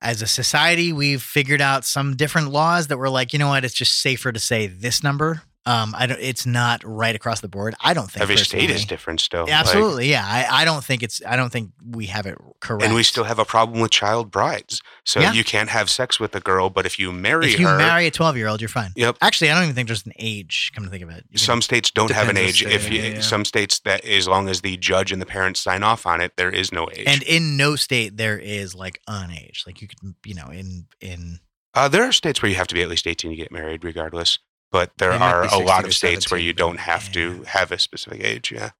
S2: as a society, we've figured out some different laws that were like, you know what, it's just safer to say this number. Um, I don't, it's not right across the board. I don't think
S4: every state
S2: personally.
S4: is different still.
S2: Yeah,
S4: like-
S2: Absolutely, yeah. I, I don't think it's. I don't think we have it correct.
S4: and we still have a problem with child brides. So
S2: Yeah.
S4: you can't have sex with a girl, but if you marry
S2: if you
S4: her,
S2: marry a twelve-year-old, you're fine.
S4: yep.
S2: Actually, I don't even think there's an age. Come to think of it, You can-
S4: Some states don't have an
S1: Depends
S4: age.
S1: on
S4: if
S1: state,
S4: you,
S1: yeah, yeah.
S4: some states that as long as the judge and the parents sign off on it, there is no age.
S2: and in no state there is like an age. Like you could, you know, in in
S4: Uh, there are states where you have to be at least 18 to get married, regardless. But there
S1: They might
S4: are
S1: be
S4: a
S1: 16
S4: lot
S1: or
S4: of states where
S1: 17,
S4: you
S1: but-
S4: don't have to
S2: yeah.
S4: have a specific age. Yeah.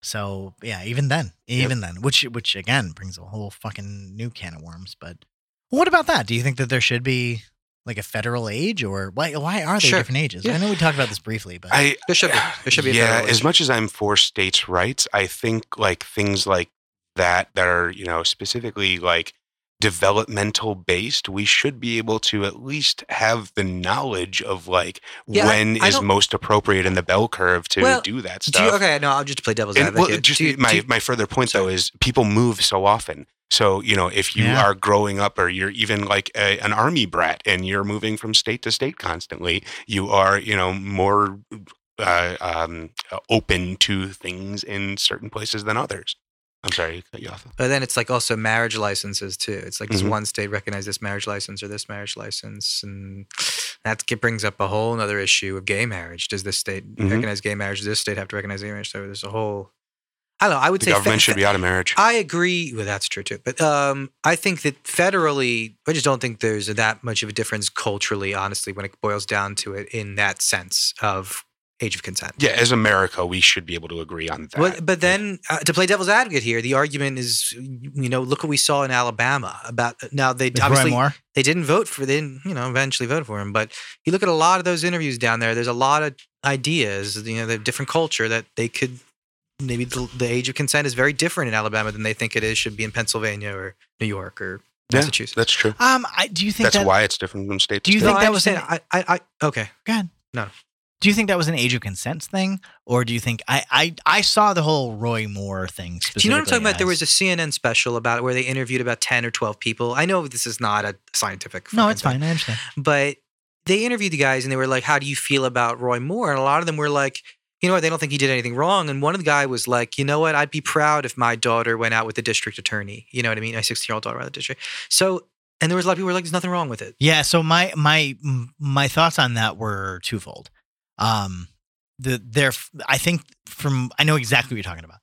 S2: so yeah. Even then, even then, which which again brings a whole fucking new can of worms. But what about that? Do you think that there should be like a federal age, or why why are there
S1: Sure.
S2: different ages?
S1: Yeah.
S2: I know we talked about this briefly, but
S4: I,
S1: There should be. There should be. a
S4: yeah,
S1: federal
S4: as
S1: age.
S4: much as I'm for states' rights, I think like things like that that are you know specifically like developmental based, we should be able to at least have the knowledge of like
S1: Yeah,
S4: when is
S1: I- I don't-
S4: most appropriate in the bell curve to
S1: Well,
S4: do that
S1: Do
S4: stuff.
S1: you, okay, no, I'll just play devil's
S4: And,
S1: advocate.
S4: well, just
S1: Do you-
S4: my,
S1: do you-
S4: my further point though
S1: Sorry.
S4: is people move so often. So you know, if you
S2: Yeah.
S4: are growing up, or you're even like a, an army brat, and you're moving from state to state constantly, you are you know more uh, um, open to things in certain places than others. I'm sorry, cut you off.
S1: But then it's like also marriage licenses too. It's like does
S4: Mhm.
S1: one state recognize this marriage license or this marriage license, and that g- brings up a whole other issue of gay marriage. Does this state
S4: Mhm.
S1: recognize gay marriage? Does this state have to recognize gay marriage? So there's a whole. I don't know. I would
S4: The
S1: say fe-
S4: government should be out of marriage.
S2: uh,
S1: I agree. Well, that's true too. But um, I think that federally, I just don't think there's that much of a difference culturally. Honestly, when it boils down to it, in that sense of age of consent.
S4: yeah, as America, we should be able to agree on that.
S1: Well, but then, uh, to play devil's advocate here, the argument is, you know, look what we saw in Alabama about. uh, Now they
S2: with Roy
S1: obviously
S2: Moore,
S1: they didn't vote for, they didn't, you know, eventually vote for him. But you look at a lot of those interviews down there. There's a lot of ideas, you know, the different culture that they could. Maybe the, the age of consent is very different in Alabama than they think it is. Should be in Pennsylvania or New York or
S4: Yeah,
S1: Massachusetts.
S4: that's true.
S2: um, I do you think
S4: That's
S2: that
S4: why it's different from state to
S2: Do you
S4: state.
S1: No,
S2: think
S1: I
S2: that was
S1: understand. I, I, I, okay.
S2: Do you think that was an age of consent thing, or do you think I I, I saw the whole Roy Moore thing?
S1: Do you know what I'm talking
S2: specifically
S1: about? There
S2: as-
S1: was a CNN special about it where they interviewed about 10 or 12 people. I know this is not a scientific.
S2: no,
S1: fucking
S2: it's
S1: thing.
S2: fine. I understand.
S1: but they interviewed the guys and they were like, "How do you feel about Roy Moore?" And a lot of them were like, "You know what? They don't think he did anything wrong." And one of the guy was like, "You know what? I'd be proud if my daughter went out with the district attorney. You know what I mean? My 16 year old daughter out of the district." So, and there was a lot of people who were like, "There's nothing wrong with it."
S2: Yeah. So my my m- my thoughts on that were twofold. Um, the there I think from I know exactly what you're talking about.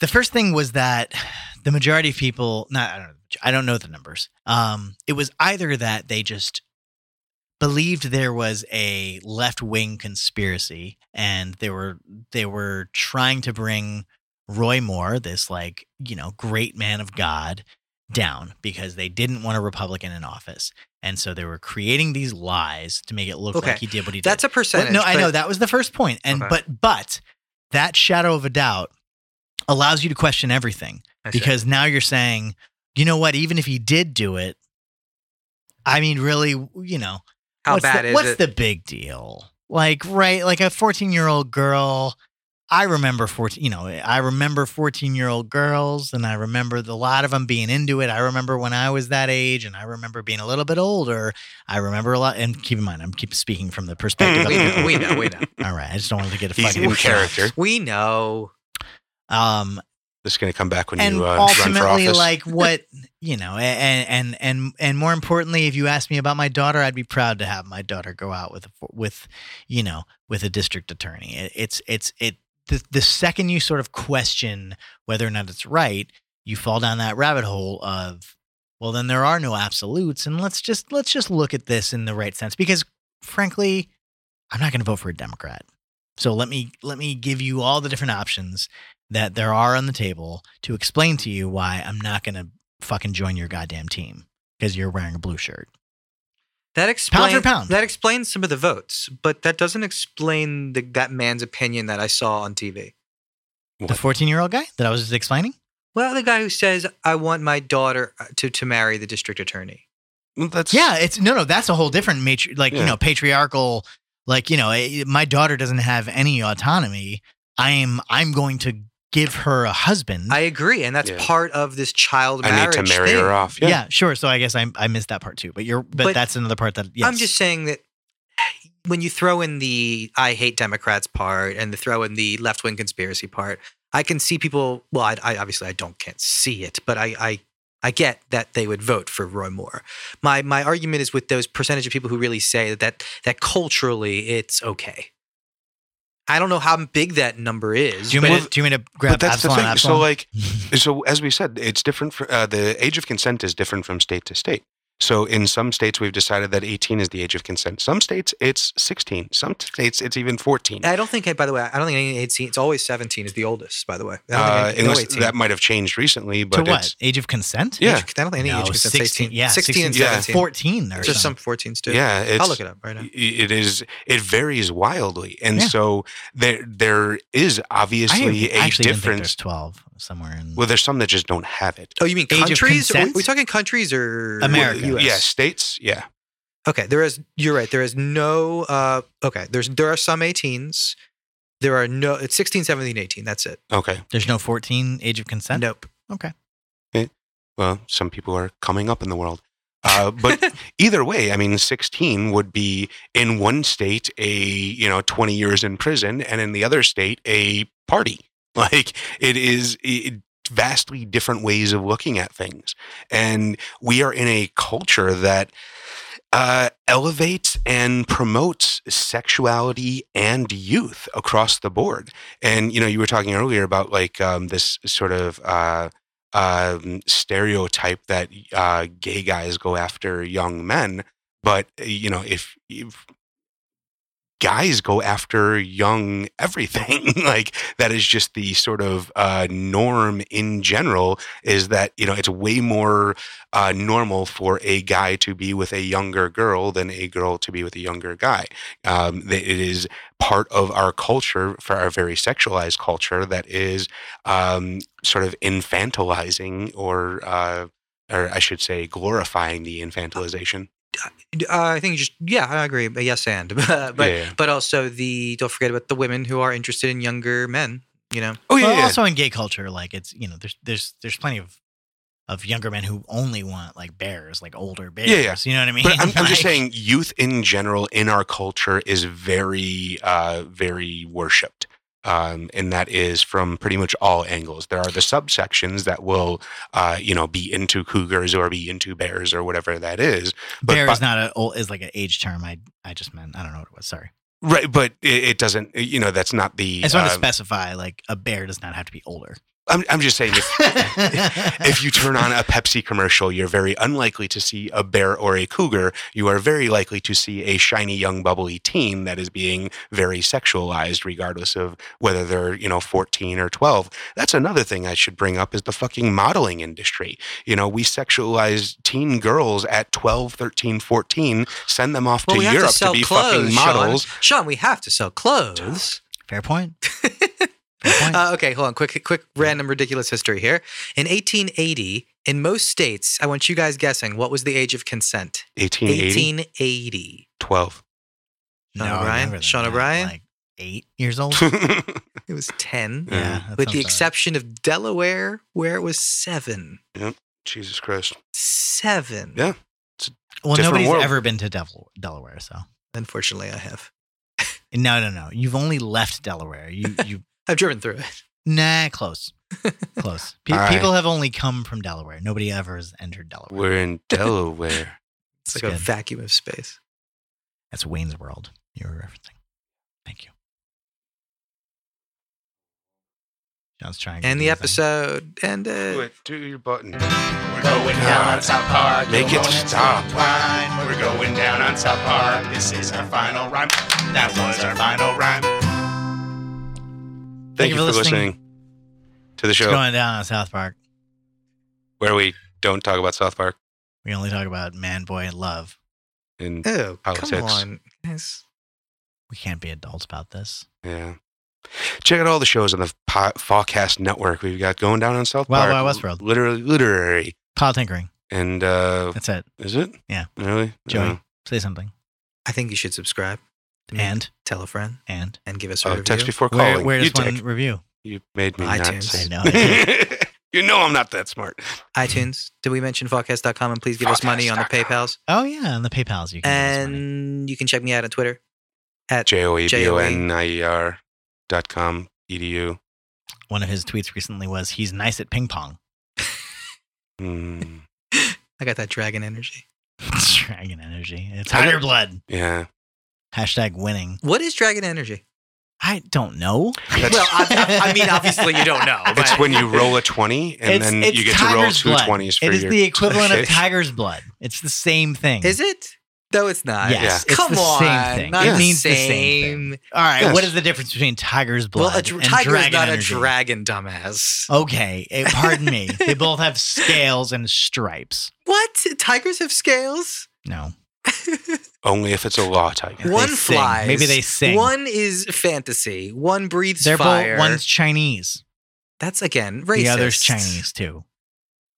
S2: The first thing was that the majority of people, not I don't know, I don't know the numbers. Um, it was either that they just believed there was a left wing conspiracy and they were they were trying to bring Roy Moore, this like, you know, great man of God, down because they didn't want a Republican in office. And so they were creating these lies to make it look
S1: Okay.
S2: like he did what he did.
S1: That's a
S2: Well,
S1: percentage.
S2: no, I
S1: but-
S2: know that was the first point, and
S1: Okay.
S2: but but that shadow of a doubt allows you to question everything
S1: I see.
S2: because now you're saying, you know what? Even if he did do it, I mean, really, you know,
S1: how
S2: what's
S1: bad
S2: the,
S1: is
S2: what's
S1: it?
S2: the big deal? Like, right? Like a 14 year old girl. I remember 14, you know, I remember 14 year old girls and I remember the- a lot of them being into it. I remember when I was that age and I remember being a little bit older. I remember a lot. And keep in mind, I'm keep speaking from the perspective
S1: *laughs*
S2: of
S1: we, know, *laughs* we
S2: people.
S1: know. We
S2: *laughs*
S1: know.
S2: All right. I just don't want to get a
S4: He's
S2: fucking
S4: in
S2: shot.
S4: character.
S1: We know.
S2: Um,
S4: This is going to come back when
S2: and
S4: you uh, run for
S2: ultimately,
S4: office.
S2: like what you know, a- and and and and more importantly, if you asked me about my daughter, I'd be proud to have my daughter go out with a, with you know with a district attorney. It, it's it's it the, the second you sort of question whether or not it's right, you fall down that rabbit hole of well, then there are no absolutes, and let's just let's just look at this in the right sense because frankly, I'm not going to vote for a Democrat. So let me let me give you all the different options that there are on the table to explain to you why I'm not going to fucking join your goddamn team because you're wearing a blue shirt.
S1: That explains
S2: pound.
S1: that explains some of the votes, but that doesn't explain the, that man's opinion that I saw on TV.
S2: The
S4: What?
S2: 14 year old guy that I was just explaining?
S1: Well, the guy who says I want my daughter uh, to to marry the district attorney.
S4: Well, that's
S2: Yeah, it's no, no, that's a whole different matri- like, you
S4: Yeah.
S2: know, patriarchal, like, you know, eh, my daughter doesn't have any autonomy. I am, I'm going to give her a husband.
S1: I agree, and that's
S4: Mm-hmm. Yeah.
S1: part of this child
S4: I need
S1: marriage
S4: to marry
S1: thing.
S4: her off.
S2: yeah.
S4: Yeah.
S2: sure. So I guess I, I missed that part too, but you're, but,
S1: But
S2: that's another part that, yes.
S1: I'm just saying that eh, when you throw in the I hate Democrats part and the throw in the left wing conspiracy part, I can see people. Well, I, I obviously I don't can't see it, but I, I I get that they would vote for Roy Moore. My my argument is with those percentage of people who really say that that, that culturally it's okay. I don't know how big that number is.
S2: do you,
S1: but
S2: mean
S4: Well,
S2: to, do you mean to grab
S4: but that's
S2: Absalon,
S4: the thing.
S2: Absalon?
S4: So,
S2: *laughs*
S4: like, so as we said, it's different. For, uh, the age of consent is different from state to state. So, in some states, we've decided that 18 is the age of consent. Some states, it's 16. Some states, it's even 14.
S1: I don't think. By the way, I don't think any 18. It's always 17 is the oldest. By the way, I don't
S4: Uh,
S1: think any, no
S4: unless
S1: 18.
S4: that might have changed recently,
S2: to
S4: but
S2: what?
S4: it's
S2: Age of consent?
S4: Yeah.
S1: Age- I don't think any
S2: No,
S1: age consent's
S2: 16
S1: 18.
S2: yeah,
S1: 16 and
S4: 16, yeah.
S1: 17.
S2: 14 or
S1: Just some
S2: something.
S1: 14s too.
S4: yeah, it's,
S1: I'll look it up right now.
S4: it is it varies wildly, and
S2: Yeah.
S4: so there there is obviously
S2: I
S4: a
S2: actually didn't think there's
S4: difference.
S2: 12 somewhere in
S4: Well, there's some that just don't have it.
S1: Oh, you mean
S2: Age of
S1: countries? Are we,
S2: consent?
S1: we talking countries or
S2: America.
S1: U.S.?
S4: Yeah, states. Yeah,
S1: Okay, there is. You're right. There is no. Uh, okay, there's there are some 18s. There are no. It's 16, 17, 18. That's it.
S4: okay.
S2: There's no 14 age of consent.
S1: Nope.
S4: Well, some people are coming up in the world, uh, but either way, I mean, 16 would be in one state a you know 20 years in prison, and in the other state a party. *laughs* Like it is it, vastly different ways of looking at things, and we are in a culture that uh, elevates and promotes sexuality and youth across the board. And you know, you were talking earlier about like um, this sort of. Uh, um, stereotype that uh, gay guys go after young men, but uh, you know if, if guys go after young everything, *laughs* like that is just the sort of uh, norm in general. Is that you know it's way more uh, normal for a guy to be with a younger girl than a girl to be with a younger guy. Um, that it is part of our culture, for our very sexualized culture, that is um, sort of infantilizing or uh, or I should say glorifying the infantilization.
S1: Uh, I think you just yeah, I agree. But yes, and *laughs* but
S4: Yeah, yeah.
S1: but also the don't forget about the women who are interested in younger men. You know,
S4: Oh
S2: Well, Also in gay culture, like it's you know there's there's there's plenty of of younger men who only want like bears, like older bears.
S4: yeah.
S2: You know what I mean? *laughs*
S4: But I'm, I'm just
S2: Like-
S4: saying, youth in general in our culture is very, uh, very worshipped. Um, and that is from pretty much all angles. There are the subsections that will, uh, you know, be into cougars or be into bears or whatever that is. but-
S2: bear
S4: but-
S2: is not a old is like an age term. I I just meant I don't know what it was. Sorry,
S4: Right. But it, it doesn't, you know, that's not the.
S2: I just want to
S4: um,
S2: specify like a bear does not have to be older.
S4: I'm, I'm just saying, if, *laughs* if you turn on a Pepsi commercial, you're very unlikely to see a bear or a cougar. You are very likely to see a shiny, young, bubbly teen that is being very sexualized, regardless of whether they're, you know, 14 or 12. That's another thing I should bring up is the fucking modeling industry. You know, we sexualize teen girls at 12, 13, 14, send them off
S1: well, we
S4: to
S1: have
S4: Europe
S1: to sell
S4: be
S1: clothes,
S4: fucking models.
S1: Sean. Sean, we have to sell clothes.
S2: *laughs* fair
S4: *laughs*
S2: point. Fair point.
S1: Uh, okay, hold on. Quick, quick, random, ridiculous history here. In 1880, in most states, I want you guys guessing what was the age of consent?
S4: 1880,
S1: 1880.
S4: 12. *laughs*
S1: Sean
S4: Uh,
S2: I
S1: O'Brien?
S2: remember that.
S1: Sean
S2: I'm,
S1: O'Brien?
S2: like eight years old.
S1: It was 10,
S4: Yeah.
S2: yeah, that
S1: with
S2: sounds
S1: the
S2: about right.
S1: exception of Delaware, where it was seven.
S4: Jesus Christ.
S1: Seven.
S4: Yeah.
S2: Well,
S4: different
S2: nobody's
S4: world.
S2: ever been to Devil, Delaware, so
S1: Unfortunately, I have.
S2: no, no, no. You've only left Delaware. You you
S1: I've driven through it.
S2: Nah, close. Close. Pe-
S4: All right.
S2: People have only come from Delaware. Nobody ever has entered Delaware.
S4: We're in Delaware.
S1: It's
S2: It's
S1: like a
S2: good.
S1: vacuum of space.
S2: That's Wayne's World you were referencing. Thank you. John's trying. to
S1: And the
S2: do his own.
S1: episode ended.
S4: it. Do your button.
S3: We're going down on South Park.
S4: Make
S3: You'll
S4: it
S3: own
S4: stop.
S3: Line. We're going down on South Park. This is our final rhyme. That was our final rhyme.
S4: Thank you for listening, to the
S2: It's
S4: show
S2: going down on South Park.
S4: where we don't talk about South Park.
S2: We only talk about man, boy, and love.
S4: And
S1: Oh, come
S4: Politics.
S1: on. guys.
S2: We can't be adults about this.
S4: yeah. Check out all the shows on the po- Fallcast Network. We've got Going Down on South
S2: Wild
S4: Park.
S2: Wild West World.
S4: Literally, literary.
S2: Kyle Tinkering.
S4: And uh,
S2: That's it.
S4: is it?
S2: Yeah.
S4: Really?
S2: Joey,
S4: Uh,
S2: say something.
S1: I think you should subscribe. to me.
S2: And
S1: tell a friend
S2: and
S1: and give us a
S4: Oh,
S1: review.
S4: text before calling.
S2: where, where
S4: you
S2: does one Oh,
S4: dick.
S2: review?
S4: You made me not
S1: iTunes.
S4: say.
S2: I know,
S4: *laughs* you know I'm not that smart.
S1: iTunes. Did we mention podcast.com and please give us money on the PayPals?
S2: *laughs* Oh yeah, on the PayPal's you can. give us money.
S1: And you can check me out on Twitter.
S4: J o e b o n i e r dot com E edu.
S2: one of his tweets recently was, "He's nice at ping pong." *laughs*
S4: Mm,
S1: I got that dragon energy.
S2: Dragon energy. It's
S4: I
S2: higher
S4: don't-
S2: blood.
S4: yeah.
S2: Hashtag winning.
S1: What is dragon energy?
S2: I don't know.
S4: That's-
S1: well, I, I- I mean, obviously you don't know. But
S4: It's when you
S2: *laughs*
S4: roll a 20 and
S2: It's-
S4: then
S2: it's
S4: you get to roll
S2: tiger's
S4: two
S2: blood.
S4: 20s for
S2: It is
S4: your
S2: the equivalent of
S4: *laughs* Okay.
S2: tiger's blood. It's the same thing.
S1: is it? No, it's not.
S2: Yes,
S4: Yeah.
S2: it's the
S1: Come on.
S2: same thing.
S1: Not
S2: it
S1: the
S2: means
S1: same.
S2: the same thing. All right.
S4: Yes.
S2: What is the difference between tiger's blood
S1: Well, a dr-
S2: and
S1: tiger is
S2: dragon
S1: not
S2: energy?
S1: a dragon, dumbass.
S2: Okay, eh, pardon me. they both have scales and stripes.
S1: What? Tigers have scales?
S2: No,
S4: Only if it's a law tiger.
S2: they
S1: one
S2: sing.
S1: flies.
S2: Maybe they sing.
S1: One is fantasy. One breathes
S2: they're
S1: fire.
S2: both one's Chinese.
S1: That's again racist.
S2: The other's Chinese too.
S1: *laughs*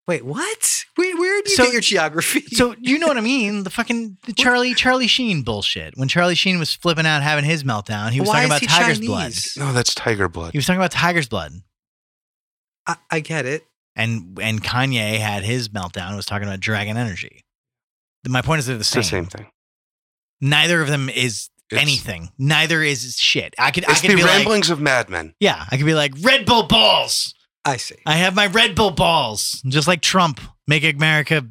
S1: Wait, what? Where, where do you
S2: So-
S1: get your geography?
S2: So you know what I mean? The fucking the Charlie Charlie Sheen bullshit. When Charlie Sheen was flipping out having his meltdown, he was
S1: Why
S2: talking
S1: is
S2: about
S1: he
S2: tiger's blood.
S1: Chinese?
S4: No, that's tiger blood.
S2: He was talking about tiger's blood.
S1: I, I get it.
S2: And and Kanye had his meltdown and was talking about dragon energy. My point is they're the
S4: It's
S2: same.
S4: the same thing.
S2: Neither of them is
S4: It's-
S2: anything. Neither is shit. I could I
S4: It's
S2: could
S4: the
S2: be like
S4: ramblings of madmen.
S2: Yeah, I could be like Red Bull balls.
S1: I
S2: *laughs*
S1: see.
S2: I have my Red Bull balls. Just like Trump. Make America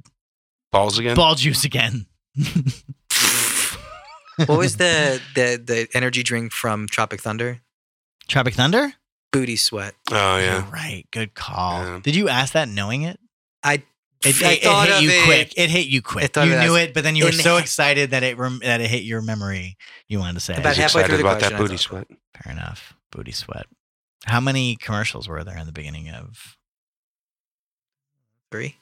S4: Balls again?
S2: ball juice again. *laughs*
S1: What was the, the the energy drink from Tropic Thunder?
S2: Tropic Thunder?
S1: Booty sweat.
S4: oh, yeah.
S2: You're right. Good call.
S4: Yeah.
S2: Did you ask that knowing it? It,
S1: I
S2: it- it hit you quick. It hit you
S1: I
S2: quick.
S1: thought
S2: you
S1: of it
S2: knew
S1: as
S2: it, but then you were
S1: in-
S2: so excited that it rem- that it hit your memory. You wanted to say it.
S4: I
S1: About
S4: was
S1: halfway
S4: excited
S1: through the
S4: about that
S1: question, I
S4: booty
S1: thought
S4: sweat.
S2: Fair enough. Booty sweat. How many commercials were there in the beginning of
S1: Three.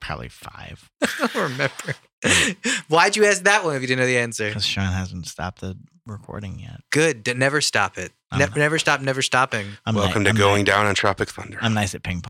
S2: probably five?
S1: *laughs* I don't remember. *laughs* Why'd you ask that one if you didn't know the answer?
S2: Because Sean hasn't stopped the recording yet.
S1: Good. D- never stop it.
S2: I'm
S1: Ne-
S2: not-
S1: never stop. Never stopping.
S2: I'm
S4: Welcome
S2: ni-
S4: to
S2: I'm
S4: Going
S2: ni-
S4: Down on Tropic Thunder.
S2: I'm nice at ping pong.